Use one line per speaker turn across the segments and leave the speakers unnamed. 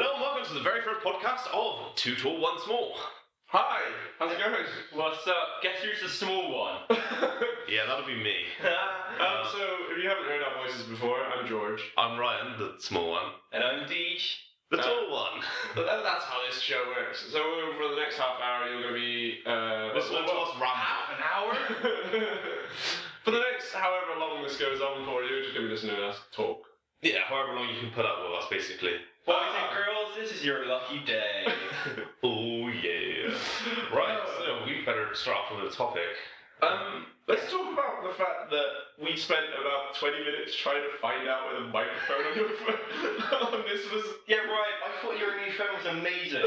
welcome to the very first podcast of Two Tall, One Small.
Hi, how's it going?
What's up? Guess who's the small one?
Yeah, that'll be me.
um, so, if you haven't heard our voices before, I'm George.
I'm Ryan, the small one.
and I'm Deej.
The
Uh,
tall one.
But that, that's how this show works. So, for the next half hour, you're going to be. Uh,
Listen to us ramble.
Half an hour?
for the next however long this goes on for you, you're just going to be listening to us talk.
Yeah, however long you can put up with us, basically.
Boys and girls, this is your lucky day.
Oh, yeah. Oh. Right, so we better start off with a topic.
Um, let's talk about the fact that we spent about 20 minutes trying to find out whether the microphone on your phone on this was.
yeah, right. I thought your new phone was amazing.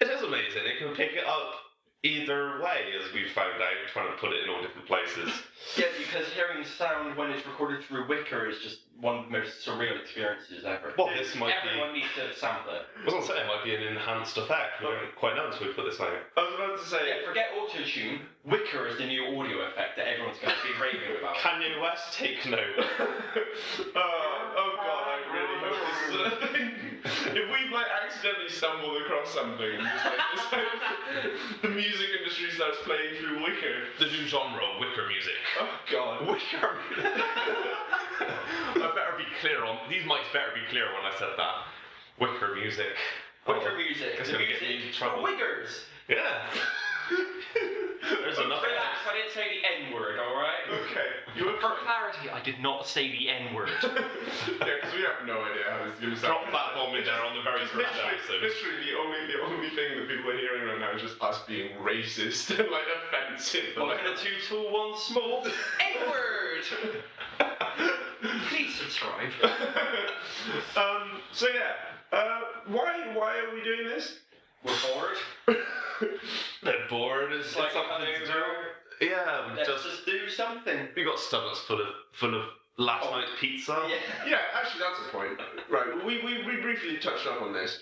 It is amazing, it can pick it up either way, as we found out, trying to put it in all different places.
yeah, because hearing sound when it's recorded through Wicker is just one of the most surreal experiences ever.
Well, this might be.
Everyone needs to sample it.
I was gonna say it might be an enhanced effect. We don't quite know until we put this out.
I was about to say.
Yeah, forget autotune. Wicker is the new audio effect that everyone's going to be raving about.
Kanye West, take
oh,
note.
oh god, I really hope this isn't a thing. If we've like accidentally stumbled across something, and just, like, it's like, the music industry starts playing through Wicker.
The new genre, wicker music.
Oh god.
Wicker music. I better be clear on these mics. Better be clear when I said that. Wicker music.
Wicker
Oh,
music.
It's
The
gonna get
music
me in
for
trouble.
Wiggers.
Yeah. There's enough.
Relax, I didn't say the N word, alright?
Okay. You were
For clarity, I did not say the N word.
Yeah, because we have no idea how this is gonna
Drop
sound.
that bomb in there on the very
Just
first
literally,
episode.
literally the only the only thing that people are hearing right now is just us being racist and like offensive.
Welcome
Like-
to Two Tall, One Small. N word! Please subscribe.
um, so yeah, uh, why why are we doing this?
We're bored.
They're bored. It's
It's
like
like hungover.
yeah.
Let's
Just
just do something.
we got stomachs full of full of last
Oh.
night's pizza.
Yeah.
yeah, actually that's a point. Right, we, we, we briefly touched up on this.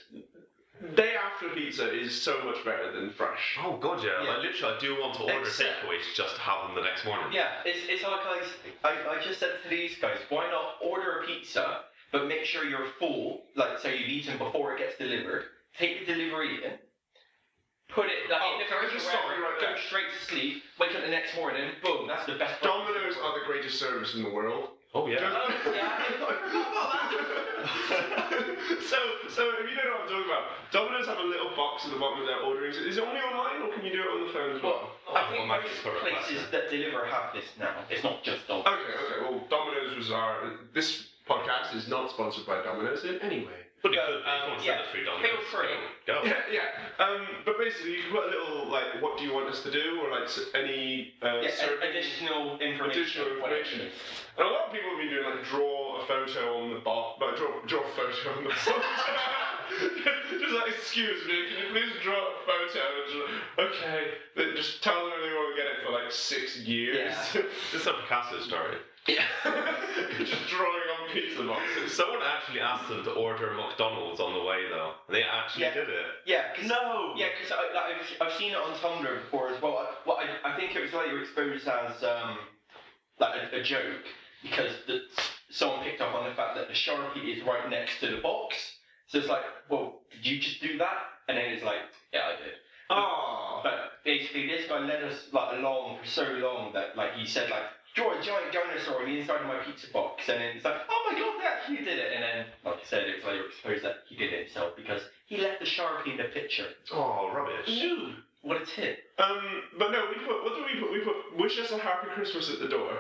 Day after pizza is so much better than fresh.
Oh god, yeah.
Yeah.
Like literally, I do want to order
Except-
takeaways just to have them the next morning.
Yeah, it's, it's like I, I, I just said to these guys, why not order a pizza, but make sure you're full, like so you've eaten before it gets delivered, take the delivery in, put it like,
Oh,
in the
can I
fridge
just
or
stop
wherever,
you right
go
there?
straight to sleep, wake up the next morning, boom, that's the best
Dominoes are the greatest service in the world.
Oh yeah.
Oh, yeah, I forgot about
so, so if you don't know what I'm talking about, Domino's have a little box at the bottom of their orderings. Is it only online or can you do it on the phone as well?
Well, I
I've
think
got my
most
favorite
places
pasta.
that deliver have this now. It's not just Domino's.
Okay, okay. Well, Domino's was our. This podcast is not sponsored by Domino's in any way.
But it
Go,
could be.
um,
Come on, send
yeah.
us three dollars.
Feel free.
Go.
Yeah, yeah. Um, but basically, you can put a little like, what do you want us to do, or like s- any uh,
Yeah,
serving-
additional information.
additional
whatever.
information. And a lot of people have been doing like draw a photo on the box, like draw draw a photo on the box. just like excuse me, can you please draw a photo? And just, like, okay, then just tell them they won't get it for like six years.
This is a Picasso story.
just drawing on pizza boxes.
Someone actually asked them to order McDonald's on the way though. and They actually
Yeah.
did it.
Yeah, 'cause-
No.
Yeah, because like, I've, I've seen it on Tumblr before as well. I, well, I, I think it was later exposed as um, like a, a joke because the, someone picked up on the fact that the sharpie is right next to the box. So it's like, well, did you just do that? And then it's like, yeah, I did.
Oh.
But basically, this guy led us like along for so long that like he said like, draw a giant dinosaur on the inside of my pizza box, and then it's like, oh my god, they actually did it. And then, like I said, it was later exposed that he did it himself because he left the sharpie in the picture.
Oh, rubbish.
Ooh, what a tip.
Um, but no, we put what did we put? We put wish us a happy Christmas at the door.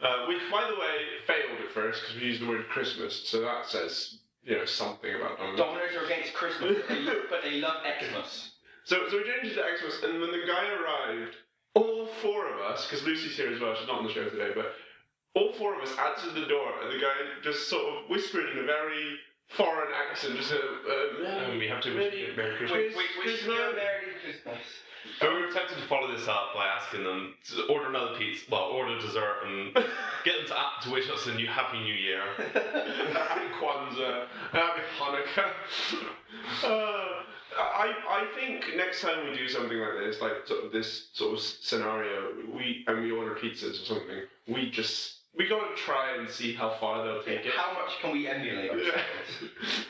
Uh, which, by the way, failed at first because we used the word Christmas, so that says you know something about them.
Dominoes are against Christmas, but they, but they love Xmas.
So, so we changed it to Xmas, and when the guy arrived, all four of us, because Lucy's here as well, she's not on the show today, but all four of us answered the door, and the guy just sort of whispered in a very foreign accent, just uh, uh,
And we have to wish
Merry-
Merry Christmas.
Wait,
We,
wait,
we, we should do a Merry Christmas.
So we were tempted to follow this up by asking them to order another pizza, well, order dessert, and get them to, act- to wish us a new Happy New Year.
happy Kwanzaa, happy Hanukkah. Uh, I, I think next time we do something like this, like sort of this sort of s- scenario, we and we order pizzas or something, we just we gotta try and see how far they'll take it.
How much can we emulate ourselves?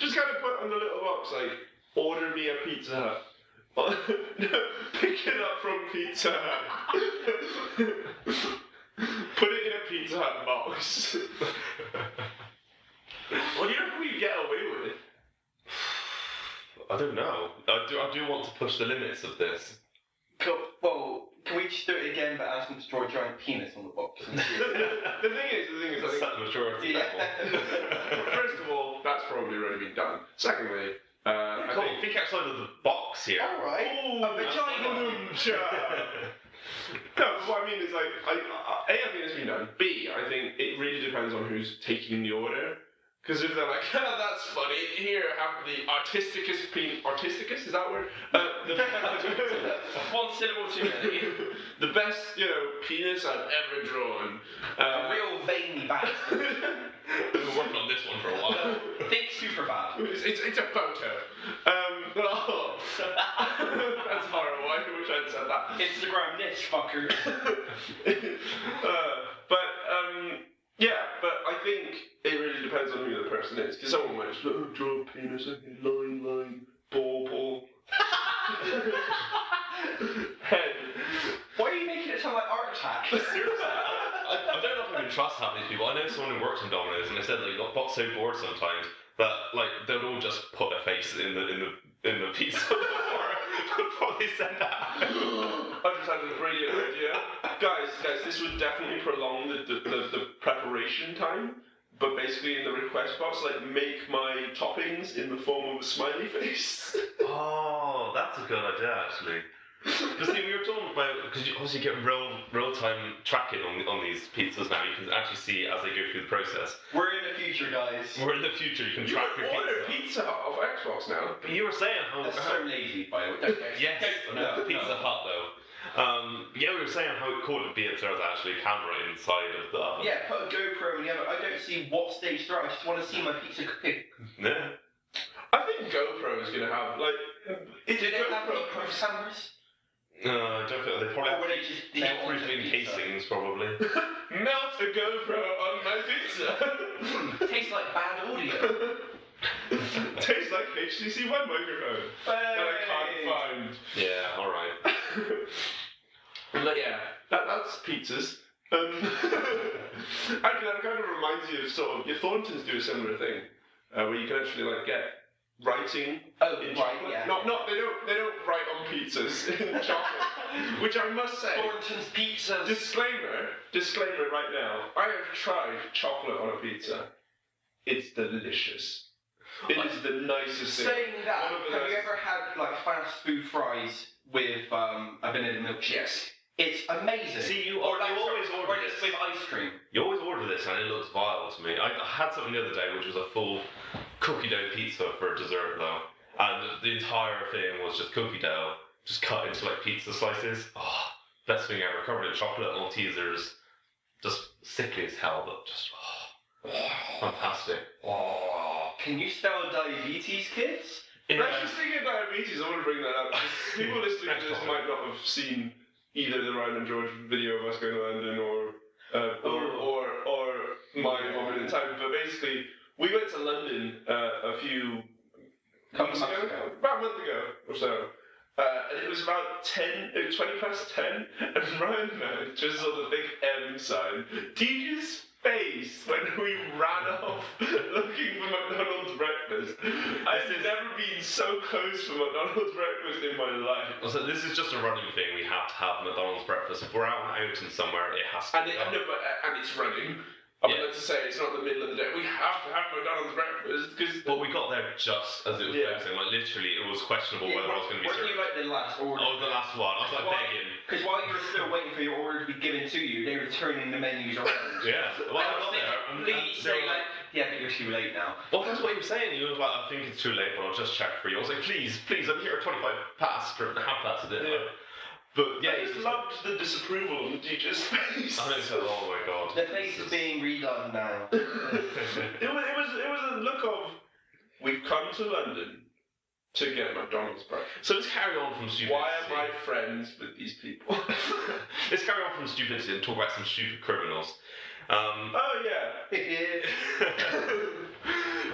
just kind of put on the little box like order me a Pizza Hut. no, pick it up from Pizza Hut. Put it in a Pizza Hut box. well, you know we get away with it.
I don't know. I do. I do want to push the limits of this.
Cool. Well, can we just do it again but ask them to draw a giant penis on the box? and see if-
The, the thing is, the thing is, I
It's
think
that majority
Yeah.
level.
First of all, that's probably already been done. Secondly, uh, I
Cool.
think-
Think outside of the box here.
All right.
Ooh,
A vagina
luncha. no, but what I mean is like, I, I, A, I think it's been done. B, I think it really depends on who's taking the order. Because if they're like, ah, that's funny, here, have the artisticus pe- artisticus, is that word? Uh, the,
One syllable too many.
the best, you know, penis I've ever drawn.
A
Uh,
real veiny bastard.
We've been working on this one for a while.
Think super bad.
It's, it's, it's a photo. Um, but, oh, that's horrible. I wish I'd said that.
Instagram this fucker.
uh, but um, yeah, but I think it really depends on who the person is. Because someone might just oh, draw a penis, okay, line, line, ball, ball, head.
Why are you making it sound like art attack?
Seriously, I, I don't know if I can trust half these people. I know someone who works in Domino's, and they said that they got, got so bored sometimes that like they'd all just put a face in the in the in the pizza before, before they send that. out.
I just had a brilliant idea, guys. Guys, this would definitely prolong the the, the, the preparation time. But basically, in the request box, like make my toppings in the form of a smiley face.
Oh, that's a good idea actually. Because see, we were talking about because you obviously get real real time tracking on on these pizzas now. You can actually see as they go through the process.
We're in the future, guys.
We're in the future. You can
you
track
can
your
order
pizza. Uh-huh.
pizza Hut off Xbox now.
But you were saying how
That's
how-
so lazy, by the way. Don't- don't-
Oh, Yes,
don't-
no,
no,
Pizza
no.
Hut though. Um, yeah, we were saying how cool it'd be if there was actually a camera inside of the oven.
Yeah, put a GoPro in the oven. I don't see what stage they're at. I just want to see my pizza cooking.
Yeah.
I think GoPro is gonna have like.
Did
It's a
they have
GoPro.
deep pro cameras?
No, I don't think they probably
Or
have
were they just
deep
melt on the
proofing
pizza?
casings probably.
Melt a GoPro on my pizza.
Tastes like bad audio.
Tastes like HTC One microphone that I can't
yeah, all right.
find. but yeah, that, that's pizzas. Um, actually, that kind of reminds you of sort of your Thorntons do a similar thing, uh, where you can actually like get writing
Oh,
in
right,
chocolate.
yeah.
Not, not they don't they don't write on pizzas in chocolate, which I must say.
Thornton's pizzas.
Disclaimer, disclaimer right now. I have tried chocolate on a pizza. It's delicious. It is the nicest thing.
Saying that,
One of the
have you
best.
ever had like fast food fries with um, a vanilla milkshake?
Yes.
It's amazing.
See, you,
or
or
like,
you always
or
order
it's with
this.
ice cream.
You always order this and it looks vile to me. I I had something the other day which was a full cookie dough pizza for dessert though, and the entire thing was just cookie dough, just cut into like pizza slices. Oh, best thing ever. Covered in chocolate, little teasers, just sickly as hell, but just oh, fantastic.
Oh, can you spell diabetes, kids?
Yeah. Actually, speaking of diabetes, I want to bring that up. People listening to
Next
this
topic.
might not have seen either the Ryan and George video of us going to London or uh, or, or or my moment in time. But basically, we went to London uh, a few
Couple
months
months
ago,
ago.
about a month ago or so. Uh, and it was about 10, it was 20 past 10, and Ryan and I just saw the big M sign. DJ's face when we ran off looking for McDonald's breakfast. I've never been so close for McDonald's breakfast in my life.
Also, this is just a running thing. We have to have McDonald's breakfast. If we're out and out and somewhere, it has to.
And,
be
it,
done.
and, no, but, and it's running. I would
Yeah.
like to say it's not the middle of the day. We have to have McDonald's breakfast because
But we got there just as it was
Yeah.
closing. Like literally, it was questionable
Yeah,
whether I was going to be Oh.
weren't
served.
you like the last order?
I Oh, was the last one. I was like
Why?
begging.
Because while you were still waiting for your order to be given to you, they were turning the menus around.
Yeah. Well, I got there.
And thinking,
and- and
please
they were
say like, yeah, but you're too late now.
well, that's what he was saying. He was like, I think it's too late, but I'll just check for you. I was like, please, please, I'm here at 25 past or half past dinner.
Yeah.
But yeah,
I just
he's-
loved the disapproval on the DJ's face.
I know, so, oh my god.
The face
This
is being redone now.
It was, it was it was a look of we've come to London to get McDonald's breakfast.
So let's carry on from stupidity.
Why am I friends with these people? oh
Let's carry on from stupidity and talk about some stupid criminals. Um,
yeah.
Yeah.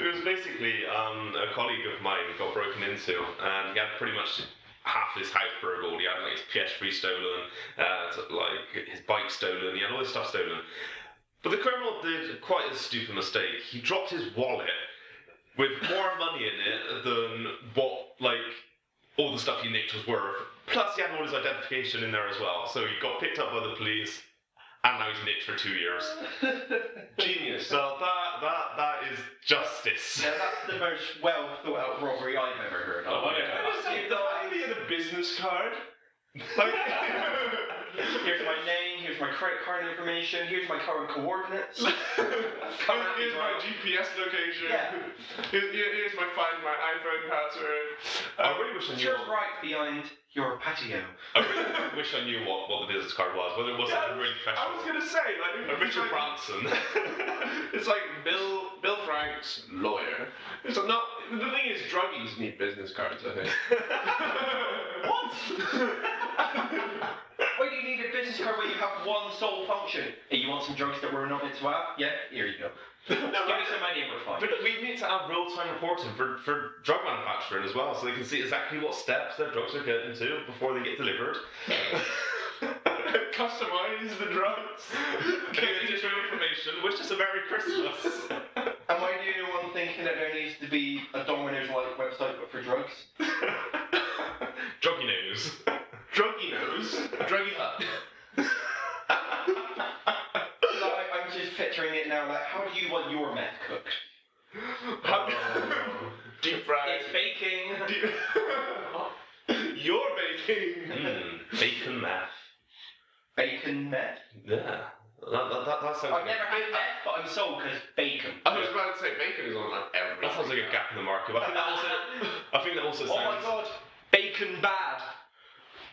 it was basically um, a colleague of mine got broken in into, and he had pretty much half his house burgled. He had like his PS3 stolen, uh, t- like his bike stolen. He had all this stuff stolen. But the criminal did quite a stupid mistake. He dropped his wallet with more money in it than what like all the stuff he nicked was worth. Plus, he had all his identification in there as well. So he got picked up by the police, and now he's nicked for two years.
Genius.
So that that that is justice.
Now that's the most well thought out robbery I've ever heard of.
Oh, yeah.
I just think the fact that he had a business card. Like,
Here's my name, here's my credit card information, here's my current coordinates.
Here- here's my GPS location.
Yeah.
Here- here- Here's my find my iPhone password. Um,
I really wish I knew.
You're
What,
right behind your patio.
I really wish I knew what, what the business card was, whether it was
Yeah,
something really
I was
professional.
gonna say like
A Richard
like-
Branson.
it's like Bill Bill Frank's lawyer. It's not the thing is druggies need business cards, I think.
What? Why do you need a business card where you have one sole function? Hey, you want some drugs that we're not meant to have? Yeah, here you go.
no,
Give me some money and we're fine.
But we need to have real-time reporting for, for drug manufacturing as well, so they can see exactly what steps their drugs are getting to before they get delivered.
Customize the drugs.
Getting additional information, which is a Merry Christmas.
Am I the only one thinking that there needs to be a Domino's like website but for drugs?
Druggy news.
Druggy nose. Druggy hut.
Like, I- I'm just picturing it now, like, how do you want your meth cooked?
Hut. Deep fried.
It's baking.
Deep- You're baking.
Mm, bacon math.
Bacon meth?
Yeah. That, that, that, that sounds
I've
like,
never had meth, but I'm sold because bacon.
I was about to say bacon is on like every.
that sounds like a gap in the market. But I think that also, I think that also
Oh my
sounds.
god, bacon bad.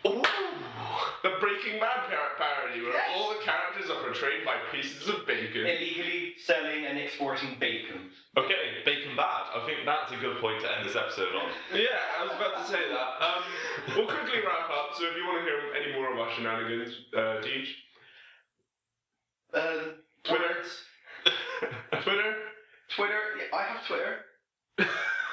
Ooh, the Breaking Bad par- parody where
Yes.
all the characters are portrayed by pieces of bacon.
Illegally selling and exporting bacon.
Okay, bacon bad. I think that's a good point to end this episode on.
Yeah, I was about to say that. Um, we'll quickly wrap up. So if you want to hear any more of our shenanigans, uh, Deej,
Uh,
Twitter.
words.
Twitter,
Twitter. Yeah, I have Twitter.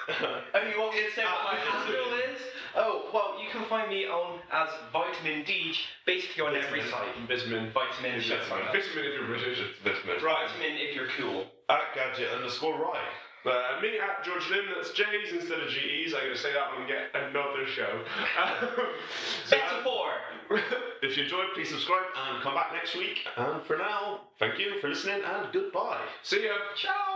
Oh, you want me to say what my
Uh,
handle is? Oh, well, you can find me on as Vitamin Deej, basically on every site.
Vitamin,
Vitamin if you're
Vitamin.
Vitamin if you're British.
This man.
Right.
Vitamin if you're cool.
At gadget underscore right.
Uh, me at George Lim. That's J's instead of G's. I'm gonna say that when we get another show. Um, so-
It's a four.
If you enjoyed, please subscribe and come back next week. And for now, thank you for listening and goodbye.
see ya.
Ciao.